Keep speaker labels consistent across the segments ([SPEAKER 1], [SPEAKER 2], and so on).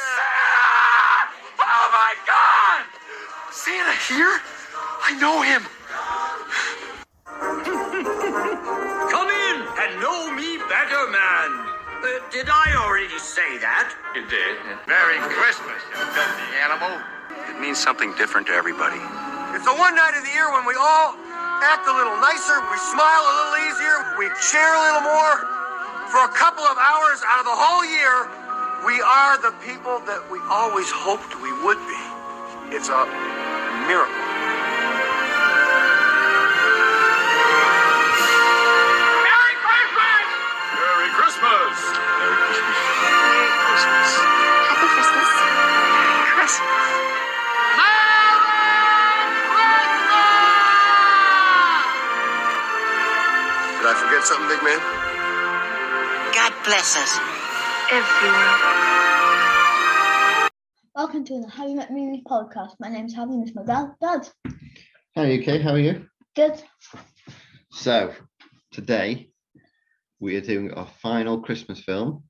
[SPEAKER 1] Oh,
[SPEAKER 2] my God! Santa here? I know him. Come in and know me better, man. Uh, did I already say that?
[SPEAKER 3] You did.
[SPEAKER 2] Merry Christmas, you filthy animal.
[SPEAKER 4] It means something different to everybody.
[SPEAKER 1] It's the one night of the year when we all act a little nicer, we smile a little easier, we cheer a little more. For a couple of hours out of the whole year, we are the people that we always hoped we would be. It's a miracle.
[SPEAKER 2] Merry Christmas!
[SPEAKER 3] Merry Christmas!
[SPEAKER 4] Merry Christmas.
[SPEAKER 5] Merry Christmas. Happy Christmas. Merry Christmas.
[SPEAKER 1] Did I forget something, big man?
[SPEAKER 6] God bless us.
[SPEAKER 5] Everyone.
[SPEAKER 7] Welcome to the Have You Met Movies podcast. My name's Have You Miss My Dad. Dad,
[SPEAKER 8] Hey, okay, how are you?
[SPEAKER 7] good.
[SPEAKER 8] So, today we are doing our final Christmas film,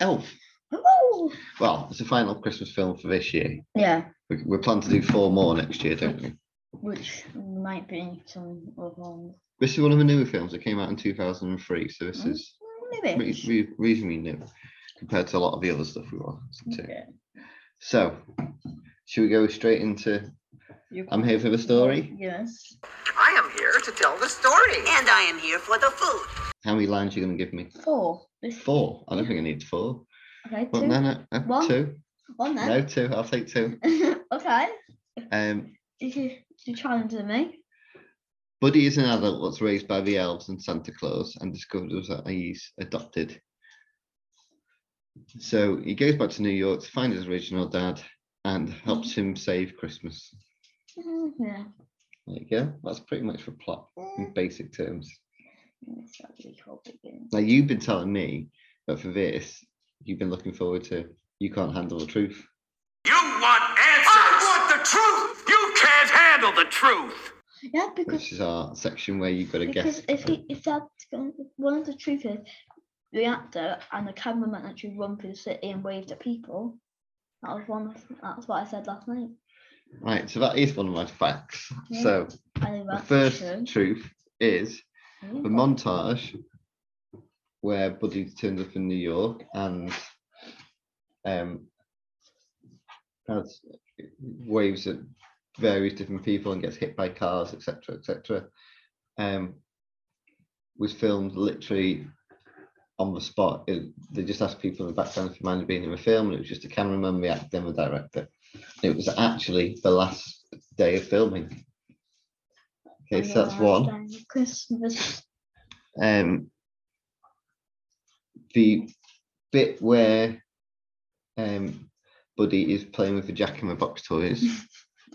[SPEAKER 8] Elf.
[SPEAKER 7] Woo!
[SPEAKER 8] Well, it's the final Christmas film for this year.
[SPEAKER 7] Yeah,
[SPEAKER 8] We, we plan to do four more next year, don't we?
[SPEAKER 7] which might be some other ones.
[SPEAKER 8] This is one of the newer films that came out in 2003, so this
[SPEAKER 7] Mm,
[SPEAKER 8] is re-
[SPEAKER 7] Maybe.
[SPEAKER 8] re- reasonably new compared to a lot of the other stuff we watched. to.
[SPEAKER 7] Okay.
[SPEAKER 8] So, should we go straight into I'm here for the story?
[SPEAKER 7] Yes.
[SPEAKER 6] I am here to tell the story. And I am here for the food.
[SPEAKER 8] How many lines are you going to give me?
[SPEAKER 7] Four. This
[SPEAKER 8] Four. I don't think I need four.
[SPEAKER 7] Okay,
[SPEAKER 8] Well,
[SPEAKER 7] two.
[SPEAKER 8] no, no, no,
[SPEAKER 7] One.
[SPEAKER 8] two.
[SPEAKER 7] One
[SPEAKER 8] No,
[SPEAKER 7] then.
[SPEAKER 8] two. I'll take two.
[SPEAKER 7] okay.
[SPEAKER 8] Um,
[SPEAKER 7] This is the challenge of me.
[SPEAKER 8] Buddy is an adult that's raised by the elves and Santa Claus and discovers that he's adopted. So he goes back to New York to find his original dad and helps him save Christmas.
[SPEAKER 7] Mhm, Yeah.
[SPEAKER 8] There you go. That's pretty much the plot in
[SPEAKER 7] Mm,
[SPEAKER 8] basic terms.
[SPEAKER 7] it's not really called big game.
[SPEAKER 8] Now you've been telling me that for this you've been looking forward to you can't handle the truth.
[SPEAKER 2] You want answers! I want the truth! You can't handle the truth!
[SPEAKER 7] Yeah, because
[SPEAKER 8] Which is our section where you've got to guess.
[SPEAKER 7] Because if he, if that's going, one of the truth is the actor and the cameraman actually run through the city and waved at people. That was one. Of, that's what I said last night.
[SPEAKER 8] Right, so that is one of my facts.
[SPEAKER 7] Yeah.
[SPEAKER 8] So
[SPEAKER 7] I think
[SPEAKER 8] the
[SPEAKER 7] that's
[SPEAKER 8] first
[SPEAKER 7] true.
[SPEAKER 8] truth is
[SPEAKER 7] Yeah.
[SPEAKER 8] the montage where Buddy turns up in New York and um has waves at various different people and gets hit by cars, etc., etc. Um, was filmed literally on the spot. It- they just asked people in the background if you mind being in the film, and it was just a cameraman, the actor, and the director. It was actually the last day of filming.
[SPEAKER 7] I
[SPEAKER 8] Okay, so that's
[SPEAKER 7] realised
[SPEAKER 8] one
[SPEAKER 7] then Christmas.
[SPEAKER 8] um the bit where um Buddy is playing with the Jack in the Box toys.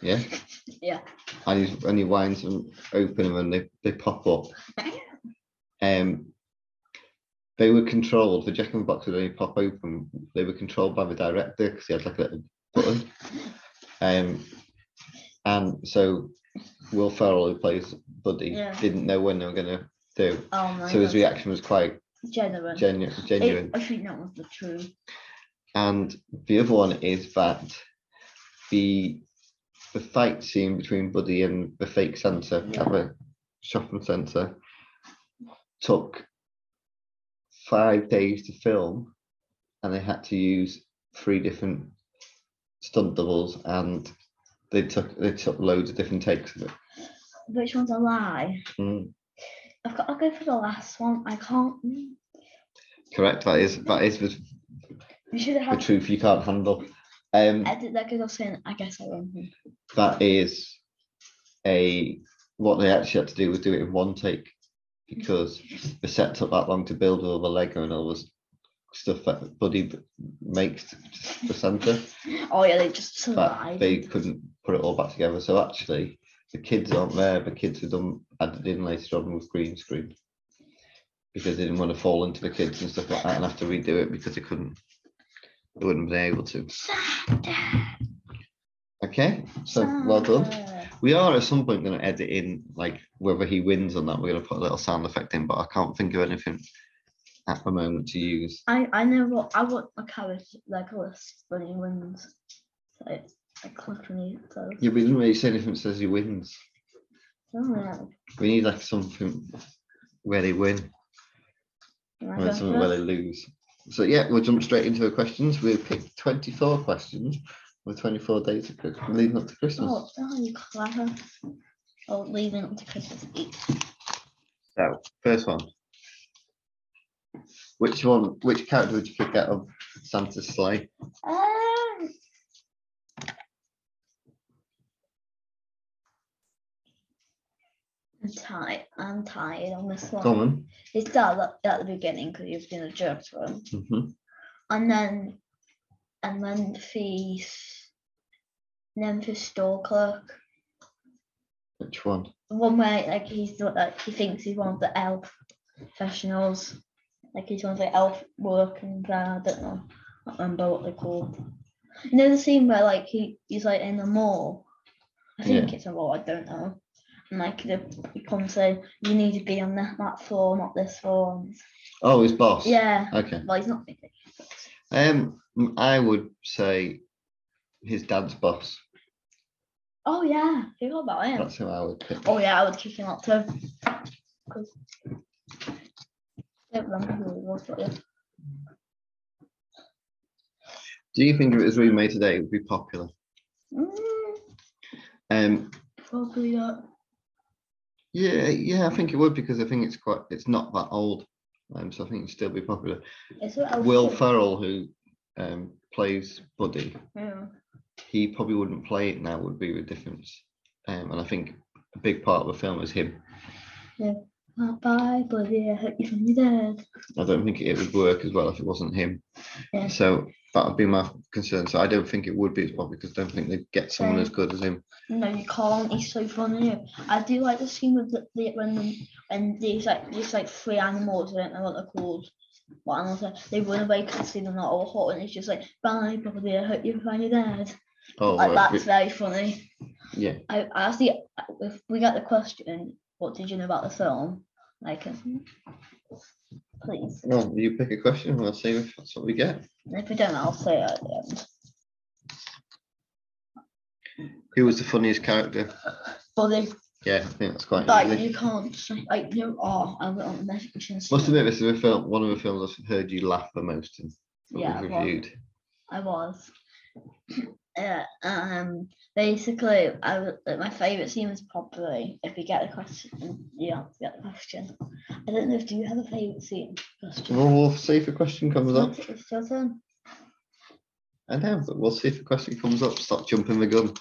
[SPEAKER 8] yeah.
[SPEAKER 7] Yeah.
[SPEAKER 8] And he's and he winds them open and then they, they pop up. Um they were controlled, the Jack in the Box would only pop open. They were controlled by the director because he had like a little button. Um and so Will Ferrell, who plays Buddy,
[SPEAKER 7] Yeah.
[SPEAKER 8] didn't know when they were gonna do.
[SPEAKER 7] Oh my
[SPEAKER 8] So his
[SPEAKER 7] God.
[SPEAKER 8] reaction was quite
[SPEAKER 7] Genuine.
[SPEAKER 8] genu-
[SPEAKER 7] It-
[SPEAKER 8] genuine.
[SPEAKER 7] I think that was the truth.
[SPEAKER 8] And the other one is that the the fight scene between Buddy and the fake Santa at the shopping centre took five days to film, and they had to use three different stunt doubles, and they took they took loads of different takes of it.
[SPEAKER 7] Which one's a lie?
[SPEAKER 8] Mm,
[SPEAKER 7] I've got to go for the last one. I can't. mm.
[SPEAKER 8] correct. That is that is the,
[SPEAKER 7] You should
[SPEAKER 8] the
[SPEAKER 7] have had
[SPEAKER 8] truth you can't handle. Um,
[SPEAKER 7] edit that because I was saying I guess I won.
[SPEAKER 8] that is a what they actually had to do was do it in one take because the set took that long to build all the Lego and all this stuff that Buddy b- makes for Santa
[SPEAKER 7] Oh yeah, they just
[SPEAKER 8] that
[SPEAKER 7] lied.
[SPEAKER 8] they couldn't put it all back together. So actually, the kids aren't there. The kids have done added in later on with green screen because they didn't want to fall into the kids and stuff like that and have to redo it because they couldn't. They wouldn't have been able to. Okay, so well done. We are at some point going to edit in like whether he wins or not. We're going to put a little sound effect in, but I can't think of anything at the moment to use.
[SPEAKER 7] I I know what I want my carrot like a list when he wins. So accompany those.
[SPEAKER 8] Yeah, but it doesn't really say anything that says he wins.
[SPEAKER 7] Oh, yeah.
[SPEAKER 8] We need like something where they win
[SPEAKER 7] Can I
[SPEAKER 8] and
[SPEAKER 7] go
[SPEAKER 8] then something where
[SPEAKER 7] first?
[SPEAKER 8] they lose. So yeah, we'll jump straight into the questions. We picked 24 questions with 24 days of Christ- leading up to Christmas.
[SPEAKER 7] Oh, oh, you clever. Oh, leaving up to Christmas Eve.
[SPEAKER 8] So first one. Which one? Which character would you pick out of Santa's sleigh?
[SPEAKER 7] Um, I'm tired. I'm tired on this one.
[SPEAKER 8] Common.
[SPEAKER 7] He started at, at the beginning because he was doing a job for him,
[SPEAKER 8] Mhm.
[SPEAKER 7] and then, and then the, then the store clerk.
[SPEAKER 8] Which one?
[SPEAKER 7] The one where like he's the- like he thinks he's one of the elf professionals, like he's one of the elf working there. I don't know, I can't remember what they're called. You know the scene where like he he's like in the mall. I
[SPEAKER 8] Yeah.
[SPEAKER 7] think it's a mall. I don't know. And like the he comes saying, you need to be on that, that floor, not this floor. And-
[SPEAKER 8] Oh, his boss.
[SPEAKER 7] Yeah.
[SPEAKER 8] Okay.
[SPEAKER 7] Well, he's not thinking.
[SPEAKER 8] Um, m- I would say his dad's boss.
[SPEAKER 7] Oh yeah, I forgot about him.
[SPEAKER 8] That's who I would pick.
[SPEAKER 7] Oh yeah, I would kick him out too. 'Cause- don't remember who he was, but yeah.
[SPEAKER 8] Do you think if it was remade today, it would be popular?
[SPEAKER 7] Mm,
[SPEAKER 8] Um,
[SPEAKER 7] probably not.
[SPEAKER 8] yeah, yeah, I think it would because I think it's quite, it's not that old, um, so I think it'd still be popular.
[SPEAKER 7] It's what else
[SPEAKER 8] Will
[SPEAKER 7] is-
[SPEAKER 8] Ferrell, who um, plays Buddy,
[SPEAKER 7] Yeah.
[SPEAKER 8] he probably wouldn't play it now. Would be the difference, um, and I think a big part of the film is him.
[SPEAKER 7] Oh, bye, buddy. I hope you find your dad.
[SPEAKER 8] I don't think it would work as well if it wasn't him.
[SPEAKER 7] Yeah.
[SPEAKER 8] So that would be my concern. So I don't think it would be as popular because I don't think they'd get someone
[SPEAKER 7] Same.
[SPEAKER 8] as good as him.
[SPEAKER 7] No, you can't. He's so funny. I do like the scene with the, the when the, when these like these like three animals. I don't know what they're called. What animals? Are, they run away because they see them not all hot, and it's just like, bye, buddy. I hope you find your dad.
[SPEAKER 8] Oh,
[SPEAKER 7] Like
[SPEAKER 8] well,
[SPEAKER 7] that's
[SPEAKER 8] we-
[SPEAKER 7] very funny.
[SPEAKER 8] yeah.
[SPEAKER 7] I, I asked the if we get the question, what did you know about the film? Like, um, please.
[SPEAKER 8] Well, you pick a question. We'll see if that's what we get.
[SPEAKER 7] And if we don't, I'll say it at the end.
[SPEAKER 8] Who was the funniest character?
[SPEAKER 7] Buddy.
[SPEAKER 8] Yeah, I think that's quite
[SPEAKER 7] Like
[SPEAKER 8] easy.
[SPEAKER 7] you can't say like you are I went on the messages.
[SPEAKER 8] Must admit, this is a film. One of the films I've heard you laugh the most in. that
[SPEAKER 7] Yeah,
[SPEAKER 8] we've
[SPEAKER 7] well,
[SPEAKER 8] reviewed.
[SPEAKER 7] I was. Yeah, um basically I w- like, my favourite scene was probably if we get the question you have to get the question. I don't know if do you have a favourite scene? Question.
[SPEAKER 8] Well, we'll see if a question comes up.
[SPEAKER 7] It's it's your turn.
[SPEAKER 8] I know, but we'll see if a question comes up. Stop jumping the gun.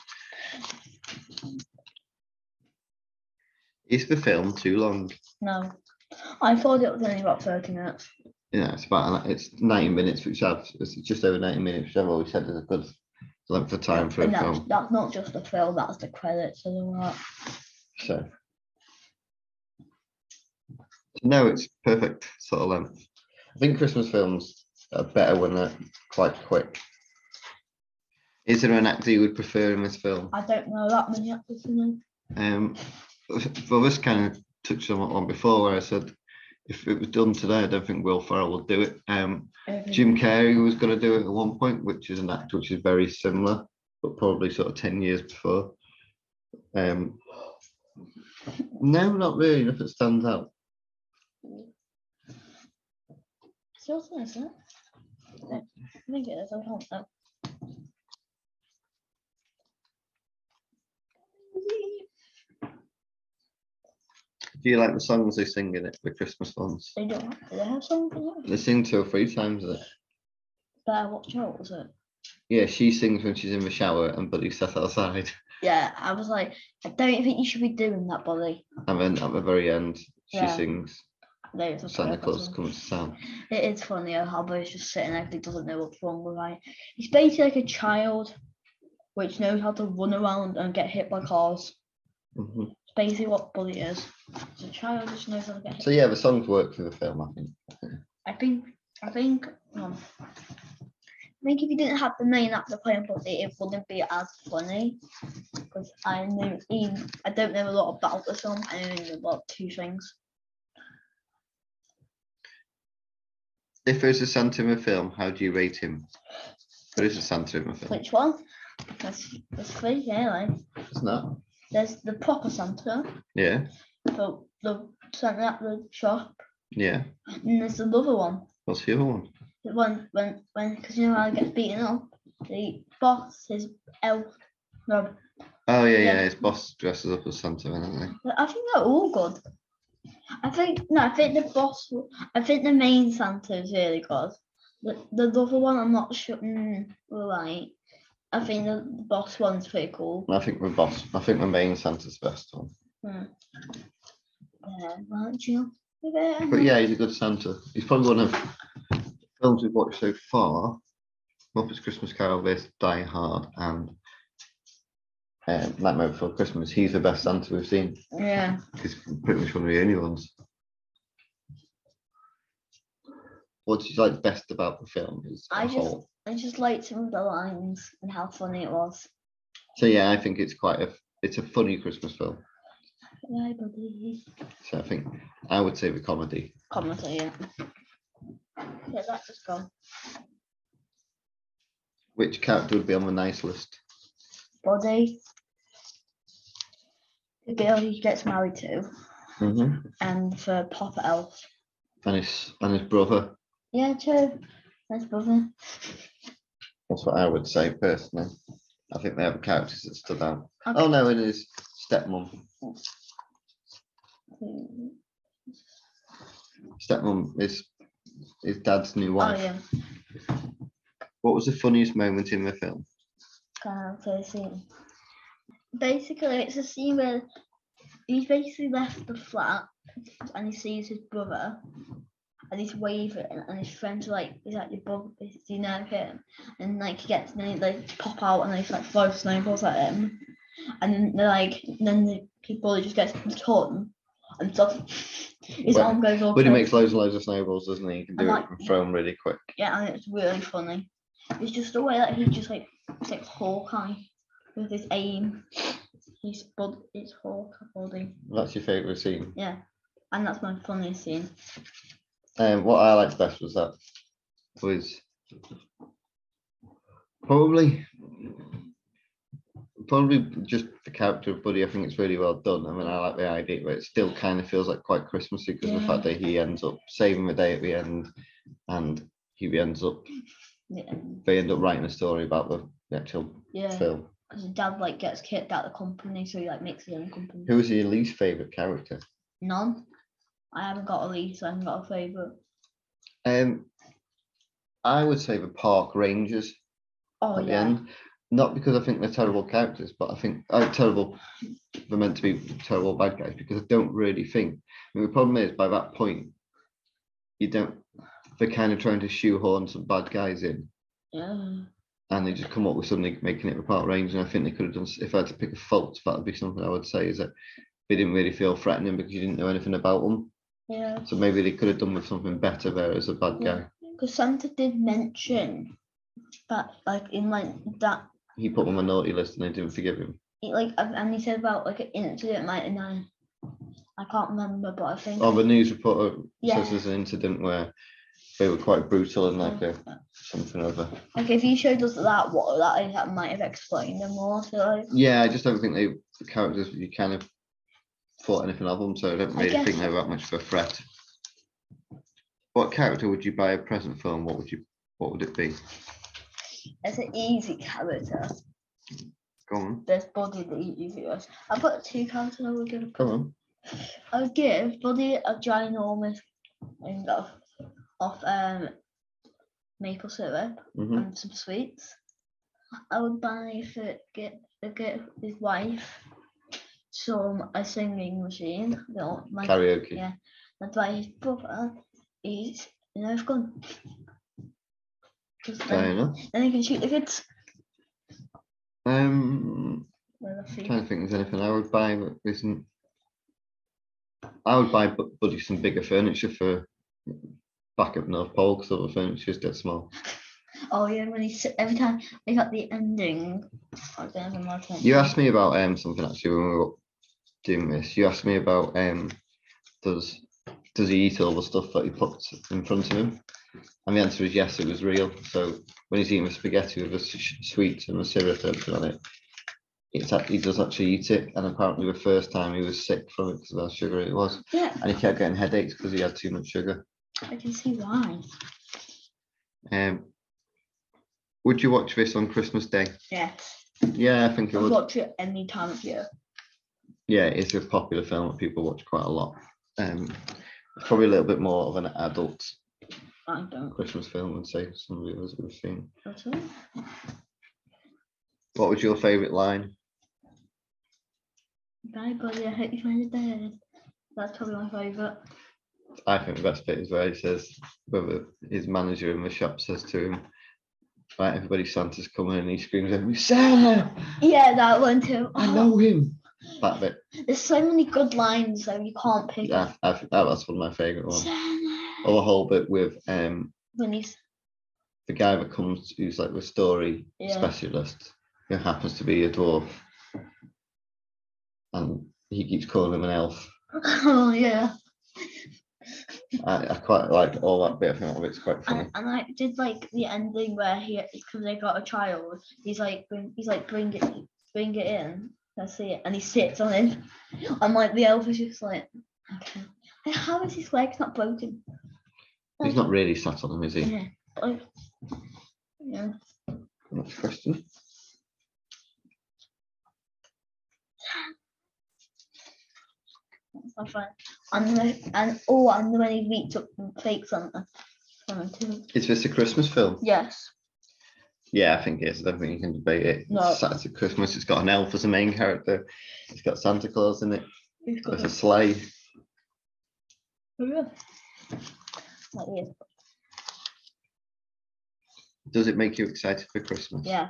[SPEAKER 8] Is the film too long?
[SPEAKER 7] No. I thought it was only about thirty minutes.
[SPEAKER 8] Yeah, it's about an- it's ninety minutes, which I've it's just over ninety minutes, which I've always said is a good length of time for a
[SPEAKER 7] And that's,
[SPEAKER 8] film.
[SPEAKER 7] that's not just the film, that's the credits and all that.
[SPEAKER 8] So no, it's perfect sort of length. I think Christmas films are better when they're quite quick. Is there an actor you would prefer in this film?
[SPEAKER 7] I don't know that many actors in it.
[SPEAKER 8] Um, well, this kind of touched on one before where I said if it was done today, I don't think Will Ferrell would do it. Um,
[SPEAKER 7] Every-
[SPEAKER 8] Jim Carrey was going to do it at one point, which is an act which is very similar, but probably sort of 10 years before. Um, no, not really, if it stands out.
[SPEAKER 7] It's your turn, isn't it? No, I think it is. I can't know.
[SPEAKER 8] Do you like the songs they sing in it, the Christmas ones?
[SPEAKER 7] They don't. Do they have something else?
[SPEAKER 8] They sing two or three times. Is it?
[SPEAKER 7] Better watch out, was it?
[SPEAKER 8] Yeah, she sings when she's in the shower and Buddy sat outside.
[SPEAKER 7] Yeah, I was like, I don't think you should be doing that, Bolly.
[SPEAKER 8] And then at the very end, she
[SPEAKER 7] Yeah.
[SPEAKER 8] sings
[SPEAKER 7] No, it's not
[SPEAKER 8] Santa
[SPEAKER 7] correct, that's
[SPEAKER 8] Claus
[SPEAKER 7] all.
[SPEAKER 8] Comes to Town.
[SPEAKER 7] It is funny how Hubbo's just sitting there 'cause he doesn't know what's wrong with him. He's basically like a child which knows how to run around and get hit by cars.
[SPEAKER 8] Mhm.
[SPEAKER 7] It's basically what Bully is. It's a child which knows how to get hit.
[SPEAKER 8] So yeah, the songs work for the film, I think.
[SPEAKER 7] I think I think um, I think if you didn't have the main actor playing Buddy, it wouldn't be as funny. Because I knew even, I don't know a lot about the film. I only know about two things.
[SPEAKER 8] If there's a Santa in the film, how do you rate him? There is a Santa in my film.
[SPEAKER 7] Which one? That's that's three, yeah, like
[SPEAKER 8] It's not.
[SPEAKER 7] there's the proper Santa,
[SPEAKER 8] Yeah.
[SPEAKER 7] the the Santa at the shop,
[SPEAKER 8] Yeah.
[SPEAKER 7] and there's another one.
[SPEAKER 8] What's the other one?
[SPEAKER 7] The one when when because you know how he gets beaten up, the boss is elf. No,
[SPEAKER 8] Oh yeah,
[SPEAKER 7] Yeah.
[SPEAKER 8] yeah. His boss dresses up as Santa, isn't
[SPEAKER 7] I think they're all good. I think no, I think the boss. I think the main Santa is really good. The the other one, I'm not sure. Mm, right. I think the boss one's pretty cool.
[SPEAKER 8] he? I think the boss. I think the main Santa's the best one.
[SPEAKER 7] Yeah, aren't you? Yeah.
[SPEAKER 8] But yeah, he's a good Santa. He's probably one of the films we've watched so far. Muppets Christmas Carol, this Die Hard, and um, Nightmare Before Christmas. He's the best Santa we've seen.
[SPEAKER 7] Yeah.
[SPEAKER 8] He's pretty much one of the only ones. What do you like best about the film? Is
[SPEAKER 7] I
[SPEAKER 8] as a
[SPEAKER 7] just-
[SPEAKER 8] whole?
[SPEAKER 7] I just liked some of the lines and how funny it was.
[SPEAKER 8] So yeah, I think it's quite a it's a funny Christmas film.
[SPEAKER 7] Yeah, buddy.
[SPEAKER 8] So I think I would say the comedy.
[SPEAKER 7] Commentary, yeah. Yeah, that's just gone.
[SPEAKER 8] Which character would be on the nice list?
[SPEAKER 7] Body. The girl he gets married to
[SPEAKER 8] Mm-hmm.
[SPEAKER 7] and for Pop Elf.
[SPEAKER 8] And his and his brother.
[SPEAKER 7] Yeah, true. That's brother.
[SPEAKER 8] That's what I would say personally. I think they have characters that stood out.
[SPEAKER 7] Okay.
[SPEAKER 8] Oh no, and his stepmom.
[SPEAKER 7] Mm,
[SPEAKER 8] Stepmom is his dad's new
[SPEAKER 7] Oh
[SPEAKER 8] wife.
[SPEAKER 7] yeah.
[SPEAKER 8] What was the funniest moment in the film?
[SPEAKER 7] Can't say scene. Basically it's a scene where he's basically left the flat and he sees his brother and he's waving and his friends are like, he's like your brother, do you know him? And like he gets and they like pop out and they just, like throw snowballs at him. And then they're like then the people just gets torn and stuff. His
[SPEAKER 8] Well,
[SPEAKER 7] arm goes all
[SPEAKER 8] But he
[SPEAKER 7] crazy.
[SPEAKER 8] makes loads and loads of snowballs, doesn't he? He can
[SPEAKER 7] I
[SPEAKER 8] do it
[SPEAKER 7] like-
[SPEAKER 8] and throw them really quick.
[SPEAKER 7] Yeah, and it's really funny. It's just the way that he just like it's like Hawkeye with his aim. He's bud it's Hawkeye body.
[SPEAKER 8] That's your favourite scene.
[SPEAKER 7] Yeah. And that's my funniest scene.
[SPEAKER 8] Um, what I liked best was that was probably probably just the character of Buddy. I think it's really well done. I mean, I like the idea, but it still kind of feels like quite Christmassy because of the
[SPEAKER 7] Yeah.
[SPEAKER 8] fact that he ends up saving the day at the end, and he ends up
[SPEAKER 7] Yeah.
[SPEAKER 8] they end up writing a story about the actual
[SPEAKER 7] Yeah.
[SPEAKER 8] film.
[SPEAKER 7] Because his dad like gets kicked out of the company, so he like makes his own company.
[SPEAKER 8] Who was your least favorite character?
[SPEAKER 7] None. I haven't got a lead, so I haven't got a favourite.
[SPEAKER 8] Um, I would say the park rangers.
[SPEAKER 7] Oh
[SPEAKER 8] at the
[SPEAKER 7] yeah.
[SPEAKER 8] end. Not because I think they're terrible characters, but I think uh, terrible. They're meant to be terrible bad guys because I don't really think. I mean, the problem is by that point, you don't. They're kind of trying to shoehorn some bad guys in,
[SPEAKER 7] Yeah.
[SPEAKER 8] and they just come up with something making it the part range. And I think they could have done. s- If I had to pick a fault, that would be something I would say is that they didn't really feel threatening because you didn't know anything about them.
[SPEAKER 7] Yeah.
[SPEAKER 8] So maybe they could have done with something better there as a bad
[SPEAKER 7] Yeah.
[SPEAKER 8] guy.
[SPEAKER 7] Because Santa did mention that like in like that
[SPEAKER 8] He put them on the naughty list and they didn't forgive him.
[SPEAKER 7] It, like and- and he said about like an incident ninety nine. I can't remember, but I think
[SPEAKER 8] Oh, the news reporter
[SPEAKER 7] yeah. Mm-hmm.
[SPEAKER 8] says there's an incident where they were quite brutal and like a, something other.
[SPEAKER 7] Like if you showed us that what that is, that might have explained them more. So like
[SPEAKER 8] Yeah, I just don't think they the characters you kind of thought anything of them, so I don't
[SPEAKER 7] I
[SPEAKER 8] really think
[SPEAKER 7] guess-
[SPEAKER 8] they're that much of a threat. What character would you buy a present for, and what would you what would it be?
[SPEAKER 7] it's an easy character.
[SPEAKER 8] Go on,
[SPEAKER 7] There's body the easiest. I put two characters I would give.
[SPEAKER 8] come on.
[SPEAKER 7] I would give body a ginormous thing of of um maple syrup
[SPEAKER 8] hmm
[SPEAKER 7] and some sweets. I would buy for get for get his wife some a singing machine. No, my,
[SPEAKER 8] Karaoke.
[SPEAKER 7] yeah. I'd buy his brother his nerf gun. 'Cause
[SPEAKER 8] Fair
[SPEAKER 7] Then,
[SPEAKER 8] enough.
[SPEAKER 7] then he can shoot the kids.
[SPEAKER 8] Um,
[SPEAKER 7] Well, I
[SPEAKER 8] I'm
[SPEAKER 7] think-
[SPEAKER 8] trying to think, there's anything I would buy that isn't. I would buy Bu- Buddy some bigger furniture for back up North Pole because all the furniture is dead small.
[SPEAKER 7] Oh yeah, when he s- every time they got the ending. I don't have a more time.
[SPEAKER 8] You asked me about um something actually when we were doing this. You asked me about um does does he eat all the stuff that he puts in front of him? And the answer is yes, it was real. So when he's eating the spaghetti with the s- sweets and the syrup and everything on it, it's act- he does actually eat it. And apparently, the first time he was sick from it because of how sugary it was,
[SPEAKER 7] Yeah,
[SPEAKER 8] and he kept getting headaches because he had too much sugar.
[SPEAKER 7] I can see why.
[SPEAKER 8] Um, would you watch this on Christmas Day?
[SPEAKER 7] Yes.
[SPEAKER 8] Yeah, I think it
[SPEAKER 7] I
[SPEAKER 8] would.
[SPEAKER 7] watch it any time of year.
[SPEAKER 8] yeah, it's a popular film that people watch quite a lot. Um, it's probably a little bit more of an adult
[SPEAKER 7] I don't
[SPEAKER 8] Christmas film than say some of the others we've seen.
[SPEAKER 7] go to it.
[SPEAKER 8] What was your favourite line?
[SPEAKER 7] Bye, buddy. I hope you find it dead. That's probably my favourite.
[SPEAKER 8] I think the best bit is where he says, whether his manager in the shop says to him, "Right, everybody, Santa's coming," and he screams at me, "Santa!
[SPEAKER 7] Yeah, that one too. Oh,
[SPEAKER 8] I know him." That bit,
[SPEAKER 7] There's so many good lines though you can't pick.
[SPEAKER 8] yeah, I think that, that's one of my favourite ones.
[SPEAKER 7] Santa.
[SPEAKER 8] Or the whole bit with um,
[SPEAKER 7] When he's
[SPEAKER 8] the guy that comes, who's like the story
[SPEAKER 7] Yeah.
[SPEAKER 8] specialist, who happens to be a dwarf, and he keeps calling him an elf.
[SPEAKER 7] oh yeah,
[SPEAKER 8] I, I quite like all that bit. I think all of it's quite funny.
[SPEAKER 7] and, and I did like the ending where he because they got a child. He's like bring, he's like bring it bring it in. Let's see it, and he sits on it. And like the elf is just like, okay, and how is his legs not broken?
[SPEAKER 8] He's not really sat on him, is he?
[SPEAKER 7] Yeah, like, yeah.
[SPEAKER 8] Next question.
[SPEAKER 7] That's not fun. And the, and oh, and when he reached up and fakes on them. uh, too.
[SPEAKER 8] Is this a Christmas film?
[SPEAKER 7] Yes.
[SPEAKER 8] Yeah, I think it is. I don't think you can debate it.
[SPEAKER 7] No.
[SPEAKER 8] It's set to Christmas. It's got an elf as a main character. It's got Santa Claus in it.
[SPEAKER 7] He's got
[SPEAKER 8] There's a
[SPEAKER 7] a-
[SPEAKER 8] sleigh.
[SPEAKER 7] for real. Like, yeah.
[SPEAKER 8] Does it make you excited for Christmas?
[SPEAKER 7] Yeah.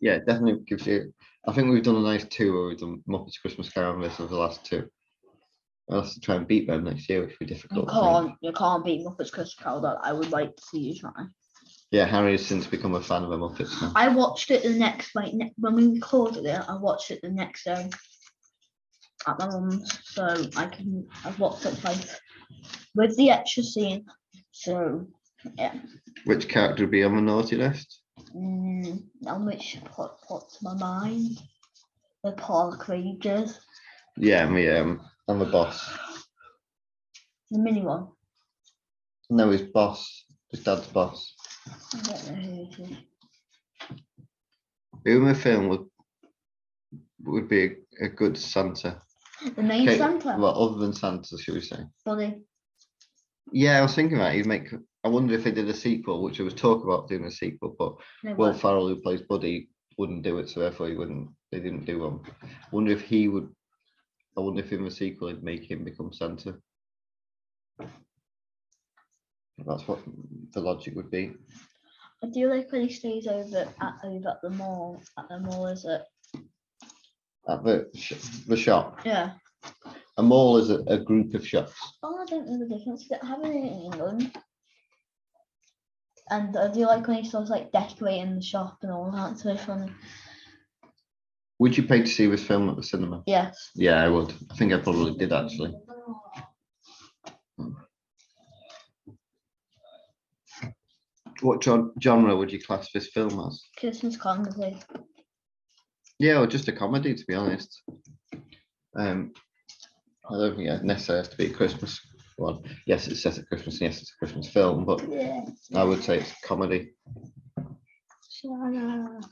[SPEAKER 8] Yeah, it definitely gives you. I think we've done a nice two where we've done Muppets Christmas Carol and this was the last two. I'll have to try and beat them next year, which would be
[SPEAKER 7] You
[SPEAKER 8] difficult. I think.
[SPEAKER 7] can't, you can't beat Muppets Christmas Carol. Though. I would like to see you try.
[SPEAKER 8] Yeah, Harry has since become a fan of the Muppets now.
[SPEAKER 7] I watched it the next like ne- when we recorded it. I watched it the next day at my mum's, so I can I've watched it twice with the extra scene. So
[SPEAKER 8] Which character would be on the naughty list?
[SPEAKER 7] mm, and which pop popped to my mind? The park rangers,
[SPEAKER 8] Yeah, me. Um, I'm the boss.
[SPEAKER 7] the mini one.
[SPEAKER 8] No, his boss, his dad's boss.
[SPEAKER 7] I don't know who it is.
[SPEAKER 8] Uma film would would be a, a good Santa.
[SPEAKER 7] The main
[SPEAKER 8] Okay,
[SPEAKER 7] Santa
[SPEAKER 8] Well, other than Santa, should we say?
[SPEAKER 7] buddy.
[SPEAKER 8] Yeah, I was thinking that he'd make. I wonder if they did a sequel, which there was talk about doing a sequel, but
[SPEAKER 7] No,
[SPEAKER 8] Will
[SPEAKER 7] what?
[SPEAKER 8] Farrell, who plays Buddy, wouldn't do it, so therefore he wouldn't. They didn't do one. I wonder if he would. I wonder if in the sequel it'd make him become Santa. That's what the logic would be.
[SPEAKER 7] I do like when he stays over at over at the mall. At the mall, is it?
[SPEAKER 8] At the sh- the shop,
[SPEAKER 7] Yeah.
[SPEAKER 8] a mall is a, a group of shops.
[SPEAKER 7] Oh, I don't know the difference. We don't have any in England. And I do like when he starts like decorating the shop and all that. So funny.
[SPEAKER 8] Would you pay to see this film at the cinema?
[SPEAKER 7] Yes.
[SPEAKER 8] Yeah, I would. I think I probably did actually. What gen- genre would you class this film as?
[SPEAKER 7] Christmas comedy.
[SPEAKER 8] Yeah, or just a comedy, to be honest. Um, I don't think it necessarily has to be a Christmas one. Yes, it's set at Christmas, and yes, it's a Christmas film, but
[SPEAKER 7] Yeah.
[SPEAKER 8] I would say it's a comedy.
[SPEAKER 7] Shana.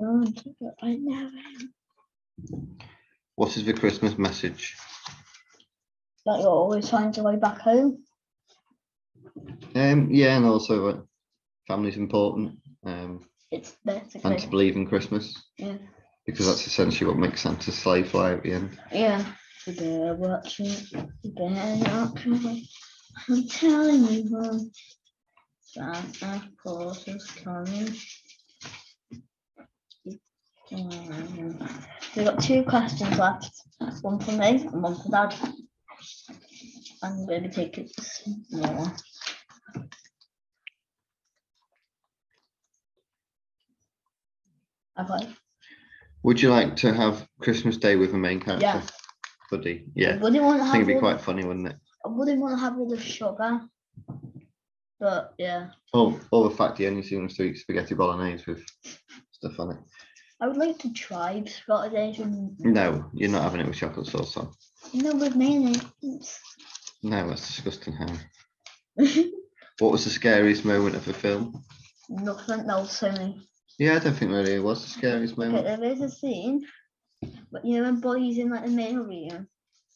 [SPEAKER 7] Oh, I never
[SPEAKER 8] What is the Christmas message?
[SPEAKER 7] that you're always find your way back home.
[SPEAKER 8] Um, yeah, and also that family's important, um,
[SPEAKER 7] It's
[SPEAKER 8] and to
[SPEAKER 7] basically
[SPEAKER 8] believe in Christmas,
[SPEAKER 7] yeah.
[SPEAKER 8] because that's essentially what makes Santa's sleigh fly at the end.
[SPEAKER 7] Yeah. You better watch it. You better not cry. I'm telling you, Mum. Santa Claus is coming. Mm. We've got two questions left. One for me and one for Dad. I'm going to take it more. Have I?
[SPEAKER 8] Would you like to have Christmas Day with the main character,
[SPEAKER 7] Yeah.
[SPEAKER 8] Buddy? Yeah,
[SPEAKER 7] I wouldn't want to
[SPEAKER 8] I
[SPEAKER 7] have
[SPEAKER 8] think it'd be
[SPEAKER 7] all-
[SPEAKER 8] quite funny, wouldn't it?
[SPEAKER 7] I wouldn't want to have all the sugar. But yeah,
[SPEAKER 8] Oh, or the fact he only seems to eat spaghetti bolognese with stuff on it.
[SPEAKER 7] I would like to try Scottish eggs and
[SPEAKER 8] No, you're not having it with chocolate sauce on.
[SPEAKER 7] no with mayonnaise.
[SPEAKER 8] No, that's disgusting. How? What was the scariest moment of the film?
[SPEAKER 7] Nothing else to me.
[SPEAKER 8] Yeah, I don't think really it was the scariest
[SPEAKER 7] Okay,
[SPEAKER 8] moment.
[SPEAKER 7] there is a scene, but you know when Buddy's in like the mail room,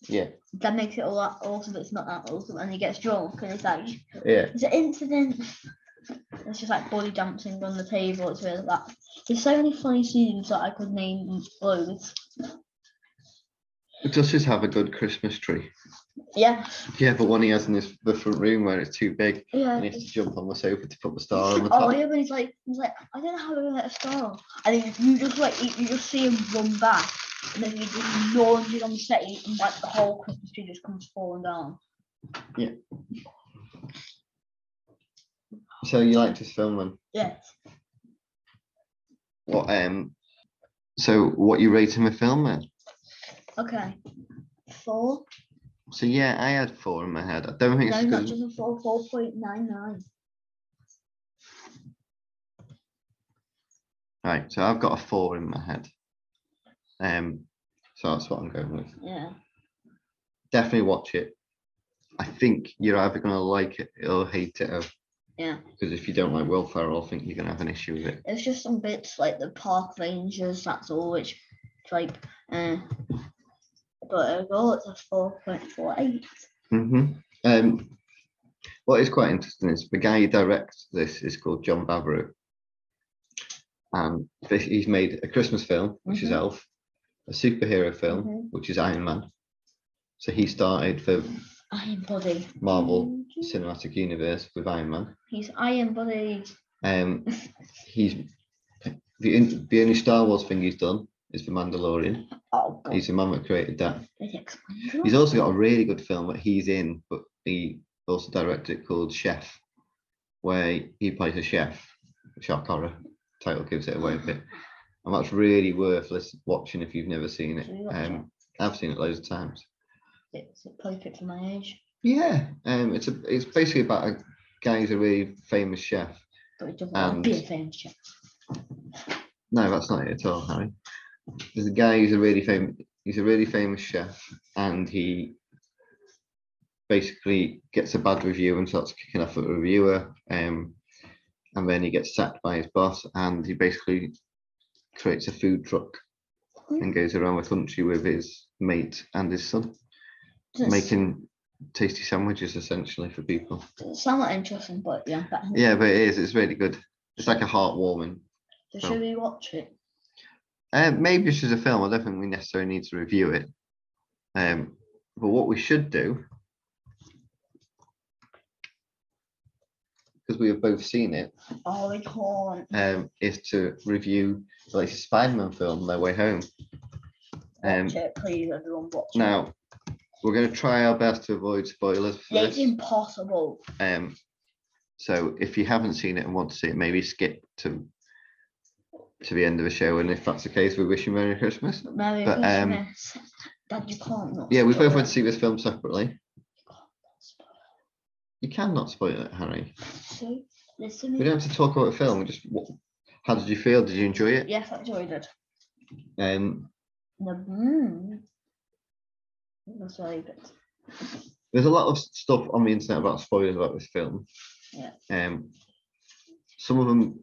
[SPEAKER 8] Yeah,
[SPEAKER 7] that makes it a lot awesome. But it's not that awesome, and he gets drunk and it's like
[SPEAKER 8] yeah,
[SPEAKER 7] it's an incident. It's just like body dancing on the table. It's really that. There's so many funny scenes that I could name loads.
[SPEAKER 8] does his have a good Christmas tree?
[SPEAKER 7] Yeah,
[SPEAKER 8] Yeah, but one he has in this the front room where it's too big
[SPEAKER 7] yeah.
[SPEAKER 8] and he has to jump on the sofa to put the star on the top.
[SPEAKER 7] Oh yeah, but he's like, he's like, I don't know how to let a star. And then you just like, you, you just see him run back, and then he just launches on the set, and like the whole Christmas tree just comes falling down.
[SPEAKER 8] So you liked this film then?
[SPEAKER 7] Yes,
[SPEAKER 8] What um so what you rating the film then?
[SPEAKER 7] okay. Four?
[SPEAKER 8] So yeah, I had four in my head. I don't think
[SPEAKER 7] No,
[SPEAKER 8] it's
[SPEAKER 7] not
[SPEAKER 8] because
[SPEAKER 7] just a four, 4.99.
[SPEAKER 8] right, so I've got a four in my head. Um so that's what I'm going with.
[SPEAKER 7] Yeah.
[SPEAKER 8] Definitely watch it. I think you're either gonna like it or hate it.
[SPEAKER 7] Yeah.
[SPEAKER 8] Because if you don't like Will Ferrell, I think you're gonna have an issue with it.
[SPEAKER 7] It's just some bits like the park rangers, that's all, which, it's like, uh, but overall it's a 4.48.
[SPEAKER 8] Mm-hmm. Um, what is quite interesting is the guy who directs this is called John Favreau, and this, he's made a Christmas film, which is
[SPEAKER 7] Mhm.
[SPEAKER 8] Elf, a superhero film,
[SPEAKER 7] Mhm.
[SPEAKER 8] which is Iron Man. So he started the
[SPEAKER 7] Iron Body.
[SPEAKER 8] Marvel Cinematic Universe with Iron Man.
[SPEAKER 7] He's Iron Body.
[SPEAKER 8] Um, he's the in- the only Star Wars thing he's done is The Mandalorian.
[SPEAKER 7] Oh, God.
[SPEAKER 8] He's the man that created that.
[SPEAKER 7] Is it Expendables?
[SPEAKER 8] He's also got a really good film that he's in, but he also directed it called Chef, where he plays a chef. Shock horror title gives it away a bit, and that's really worth lis- watching if you've never seen it.
[SPEAKER 7] Should we watch it?
[SPEAKER 8] Um, I've seen it loads of times.
[SPEAKER 7] It's perfect for my age,
[SPEAKER 8] Yeah, um, it's a, it's basically about a guy who's a really famous chef.
[SPEAKER 7] but it doesn't um,
[SPEAKER 8] And-
[SPEAKER 7] be a famous chef.
[SPEAKER 8] No, that's not it at all, Harry. There's a guy who's a really famous. He's a really famous chef, and he basically gets a bad review and starts kicking off at the reviewer. Um, and then he gets sacked by his boss, and he basically creates a food truck and goes around the country with his mate and his son,
[SPEAKER 7] Doesn't s-
[SPEAKER 8] making tasty sandwiches essentially for people.
[SPEAKER 7] doesn't sound that interesting, but yeah, that,
[SPEAKER 8] Yeah, but it is. It's really good. It's like a heartwarming
[SPEAKER 7] so should we watch it?
[SPEAKER 8] Uh, maybe it's just a film. I don't think we necessarily need to review it. Um, but what we should do, because we have both seen it,
[SPEAKER 7] Oh, we can't.
[SPEAKER 8] um, is to review the latest Spider-Man film, No Way Home. Um,
[SPEAKER 7] Watch it, please, everyone. Watch it.
[SPEAKER 8] now we're going to try our best to avoid spoilers. For
[SPEAKER 7] Yeah, it's
[SPEAKER 8] this.
[SPEAKER 7] impossible.
[SPEAKER 8] Um, so if you haven't seen it and want to see it, maybe skip to to the end of the show. And if that's the case, we wish you Merry Christmas.
[SPEAKER 7] Merry
[SPEAKER 8] But, um,
[SPEAKER 7] Christmas. Dad, you can't. Not
[SPEAKER 8] Yeah, we
[SPEAKER 7] spoil
[SPEAKER 8] both went
[SPEAKER 7] it.
[SPEAKER 8] to see this film separately.
[SPEAKER 7] You can't not spoil
[SPEAKER 8] You cannot spoil it, Harry.
[SPEAKER 7] it. So, listen.
[SPEAKER 8] We don't have to talk about the film. We just, what, how did you feel? Did you enjoy it?
[SPEAKER 7] Yes, I enjoyed it.
[SPEAKER 8] Um,
[SPEAKER 7] The mm, That's very good.
[SPEAKER 8] there's a lot of stuff on the internet about spoilers about this film.
[SPEAKER 7] Yeah.
[SPEAKER 8] Um, some of them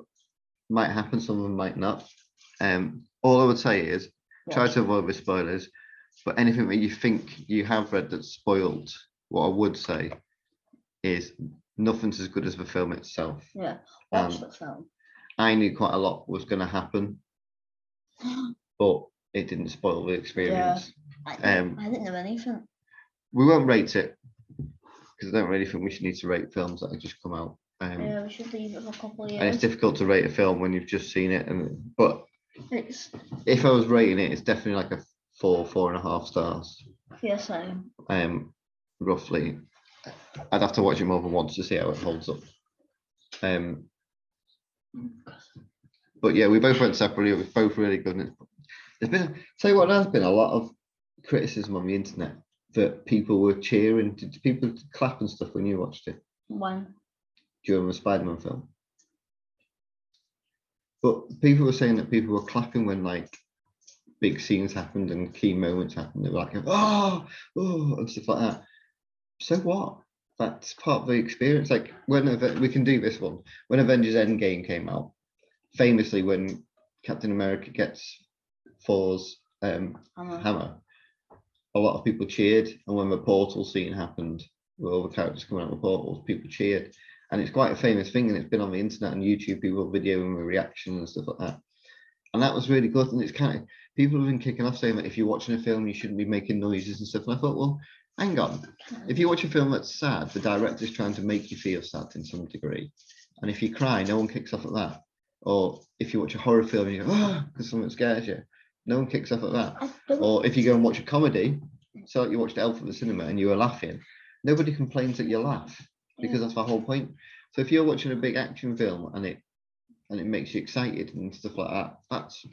[SPEAKER 8] might happen, some of them might not. Um, all I would say is try
[SPEAKER 7] Watch
[SPEAKER 8] to avoid the spoilers, but anything that you think you have read that's spoiled, what I would say is nothing's as good as the film itself.
[SPEAKER 7] Yeah, watch
[SPEAKER 8] um,
[SPEAKER 7] the film.
[SPEAKER 8] I knew quite a lot was going to happen, but it didn't spoil the experience.
[SPEAKER 7] I, didn't-
[SPEAKER 8] um,
[SPEAKER 7] I didn't know anything.
[SPEAKER 8] We won't rate it because I don't really think we should need to rate films that have just come out. Um,
[SPEAKER 7] Yeah, we should leave it for a couple of
[SPEAKER 8] And it's
[SPEAKER 7] years.
[SPEAKER 8] difficult to rate a film when you've just seen it. And but
[SPEAKER 7] It's,
[SPEAKER 8] if I was rating it, it's definitely like a four, four and a half stars,
[SPEAKER 7] yeah, same.
[SPEAKER 8] um, roughly. I'd have to watch it more than once to see how it holds up. Um, but yeah, we both went separately. It was both really good. And it's- There's been, tell you what, there's been a lot of criticism on the internet that people were cheering, did people clap and stuff when you watched it
[SPEAKER 7] One.
[SPEAKER 8] during the Spider-Man film? But people were saying that people were clapping when like big scenes happened and key moments happened. They were like, oh, oh, and stuff like that. So what? That's part of the experience. Like when Ave- we can do this one. When Avengers Endgame came out, famously when Captain America gets Thor's um,
[SPEAKER 7] Hammer.
[SPEAKER 8] hammer, a lot of people cheered. And when the portal scene happened, with all the characters coming out of the portals, people cheered. And it's quite a famous thing, and it's been on the internet and YouTube. People videoing the reaction and stuff like that. And that was really good. And it's kind of people have been kicking off saying that if you're watching a film, you shouldn't be making noises and stuff. And I thought, well, hang on. If you watch a film that's sad, the director's trying to make you feel sad in some degree. And if you cry, no one kicks off at that. Or if you watch a horror film and you go, oh, because something scares you, no one kicks off at that.
[SPEAKER 7] I don't
[SPEAKER 8] Or if you go and watch a comedy, so like you watched Elf at the cinema and you were laughing, nobody complains that you laugh
[SPEAKER 7] Mm.
[SPEAKER 8] because that's the whole point. So if you're watching a big action film and it and it makes you excited and stuff like that, that's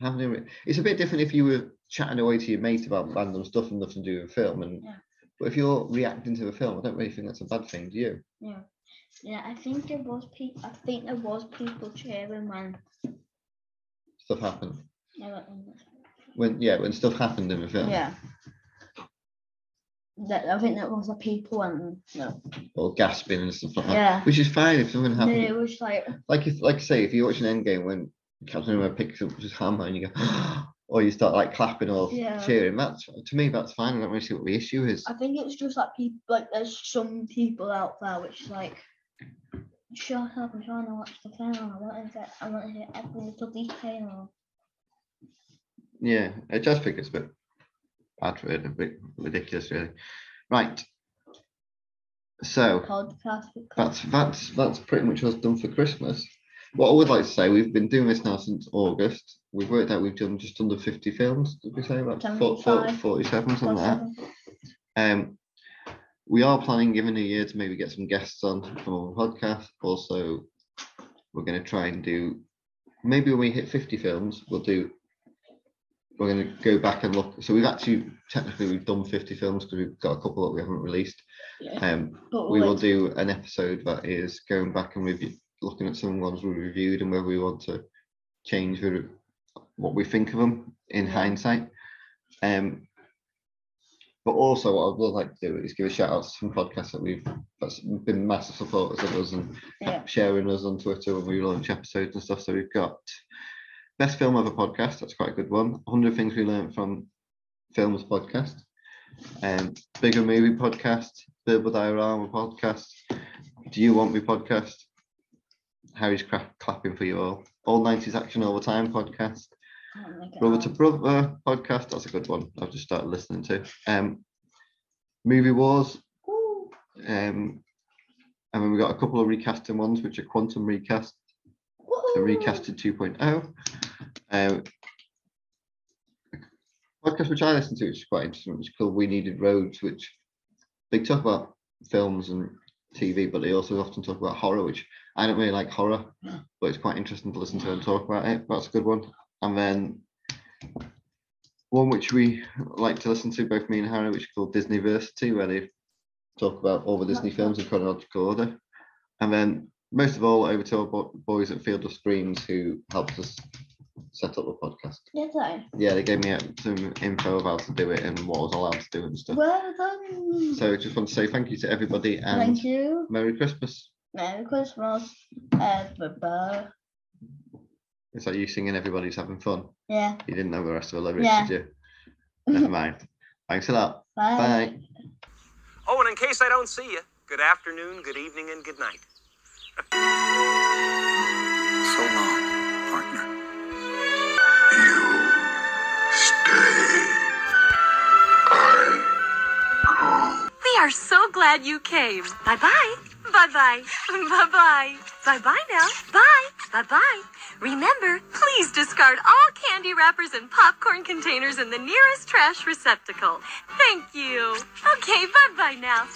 [SPEAKER 8] having a, re- it's a bit different if you were chatting away to your mate about random stuff and nothing to do with film and
[SPEAKER 7] Yeah.
[SPEAKER 8] but if you're reacting to the film, I don't really think that's a bad thing, do you?
[SPEAKER 7] Yeah, yeah. I think there was people. I think there was people cheering when.
[SPEAKER 8] Stuff happened.
[SPEAKER 7] they were in the-
[SPEAKER 8] When yeah, when stuff happened in the film.
[SPEAKER 7] Yeah. That I think that was the people and no.
[SPEAKER 8] Or gasping and stuff like
[SPEAKER 7] Yeah.
[SPEAKER 8] that. Which is fine if something
[SPEAKER 7] And
[SPEAKER 8] happens.
[SPEAKER 7] then it was like
[SPEAKER 8] like if like I say if you watch an Endgame when Captain America picks up his hammer and you go or you start like clapping or
[SPEAKER 7] Yeah.
[SPEAKER 8] cheering that's to me that's fine I don't really see what the issue is
[SPEAKER 7] I think it's just like people like there's some people out there which is like shut up I'm trying to watch the film. I want to get I want to hear every little detail.
[SPEAKER 8] yeah I just think it's a bit bad for it a bit ridiculous really right so
[SPEAKER 7] Podcast.
[SPEAKER 8] that's that's that's pretty much us done for Christmas what I would like to say we've been doing this now since August we've worked out we've done just under 50 films did we say about four- four-
[SPEAKER 7] 75.
[SPEAKER 8] 47 something like that
[SPEAKER 7] Podcast.
[SPEAKER 8] Um, we are planning, given the year, to maybe get some guests on from our podcast. Also, we're going to try and do maybe when we hit 50 films, we'll do. We're going to go back and look. So we've actually technically we've done 50 films because we've got a couple that we haven't released.
[SPEAKER 7] Yeah.
[SPEAKER 8] Um,
[SPEAKER 7] But
[SPEAKER 8] we will
[SPEAKER 7] like,
[SPEAKER 8] do an episode that is going back and review, looking at some ones we reviewed and whether we want to change the, what we think of them in
[SPEAKER 7] Yeah.
[SPEAKER 8] hindsight. Um, but also, what I would like to do is give a shout out to some podcasts that we've that's been massive supporters of us and
[SPEAKER 7] yeah.
[SPEAKER 8] sharing us on Twitter when we launch episodes and stuff. So we've got Best Film Ever podcast. That's quite a good one. 100 Things We Learned from Films podcast. Um, Bigger Movie podcast. Verbal Diorama podcast. Do You Want Me podcast. Harry's Cra- Clapping for You All. All 90s Action All the Time podcast.
[SPEAKER 7] I don't think it
[SPEAKER 8] Brother
[SPEAKER 7] has.
[SPEAKER 8] to Brother podcast. That's a good one. I've just started listening to. Um, Movie Wars. Um, and then we've got a couple of recasting ones, which are Quantum Recast, the Recasted 2.0. oh. Um, podcast which I listen to, which is quite interesting, which is called We Needed Roads, which they talk about films and TV, but they also often talk about horror, which I don't really like horror, but it's quite interesting to listen to and talk about it. That's a good one. And then one which we like to listen to, both me and Harry, which is called Disneyversity, where they talk about all the Disney films in chronological order. And then most of all, over to our bo- boys at Field of Screams who helped us set up the podcast.
[SPEAKER 7] Did I?
[SPEAKER 8] Yeah, they gave me uh, some info about how to do it and what I was allowed to do and stuff.
[SPEAKER 7] Well done.
[SPEAKER 8] So um, just want to say thank you to everybody and
[SPEAKER 7] Thank you.
[SPEAKER 8] Merry Christmas.
[SPEAKER 7] Merry Christmas, everybody.
[SPEAKER 8] It's like you singing everybody's having fun.
[SPEAKER 7] Yeah.
[SPEAKER 8] You didn't know the rest of the lyrics,
[SPEAKER 7] Yeah.
[SPEAKER 8] did you? Never mind. Thanks a lot.
[SPEAKER 7] Bye.
[SPEAKER 8] Bye.
[SPEAKER 6] Oh, and in case I don't see you, good afternoon, good evening, and good night.
[SPEAKER 4] So long, partner.
[SPEAKER 3] You stay. I
[SPEAKER 9] We are so glad you came. Bye bye. Bye bye. Bye bye. Bye bye now. Bye. Bye bye. Remember, please discard all candy wrappers and popcorn containers in the nearest trash receptacle. Thank you. Okay, bye bye now.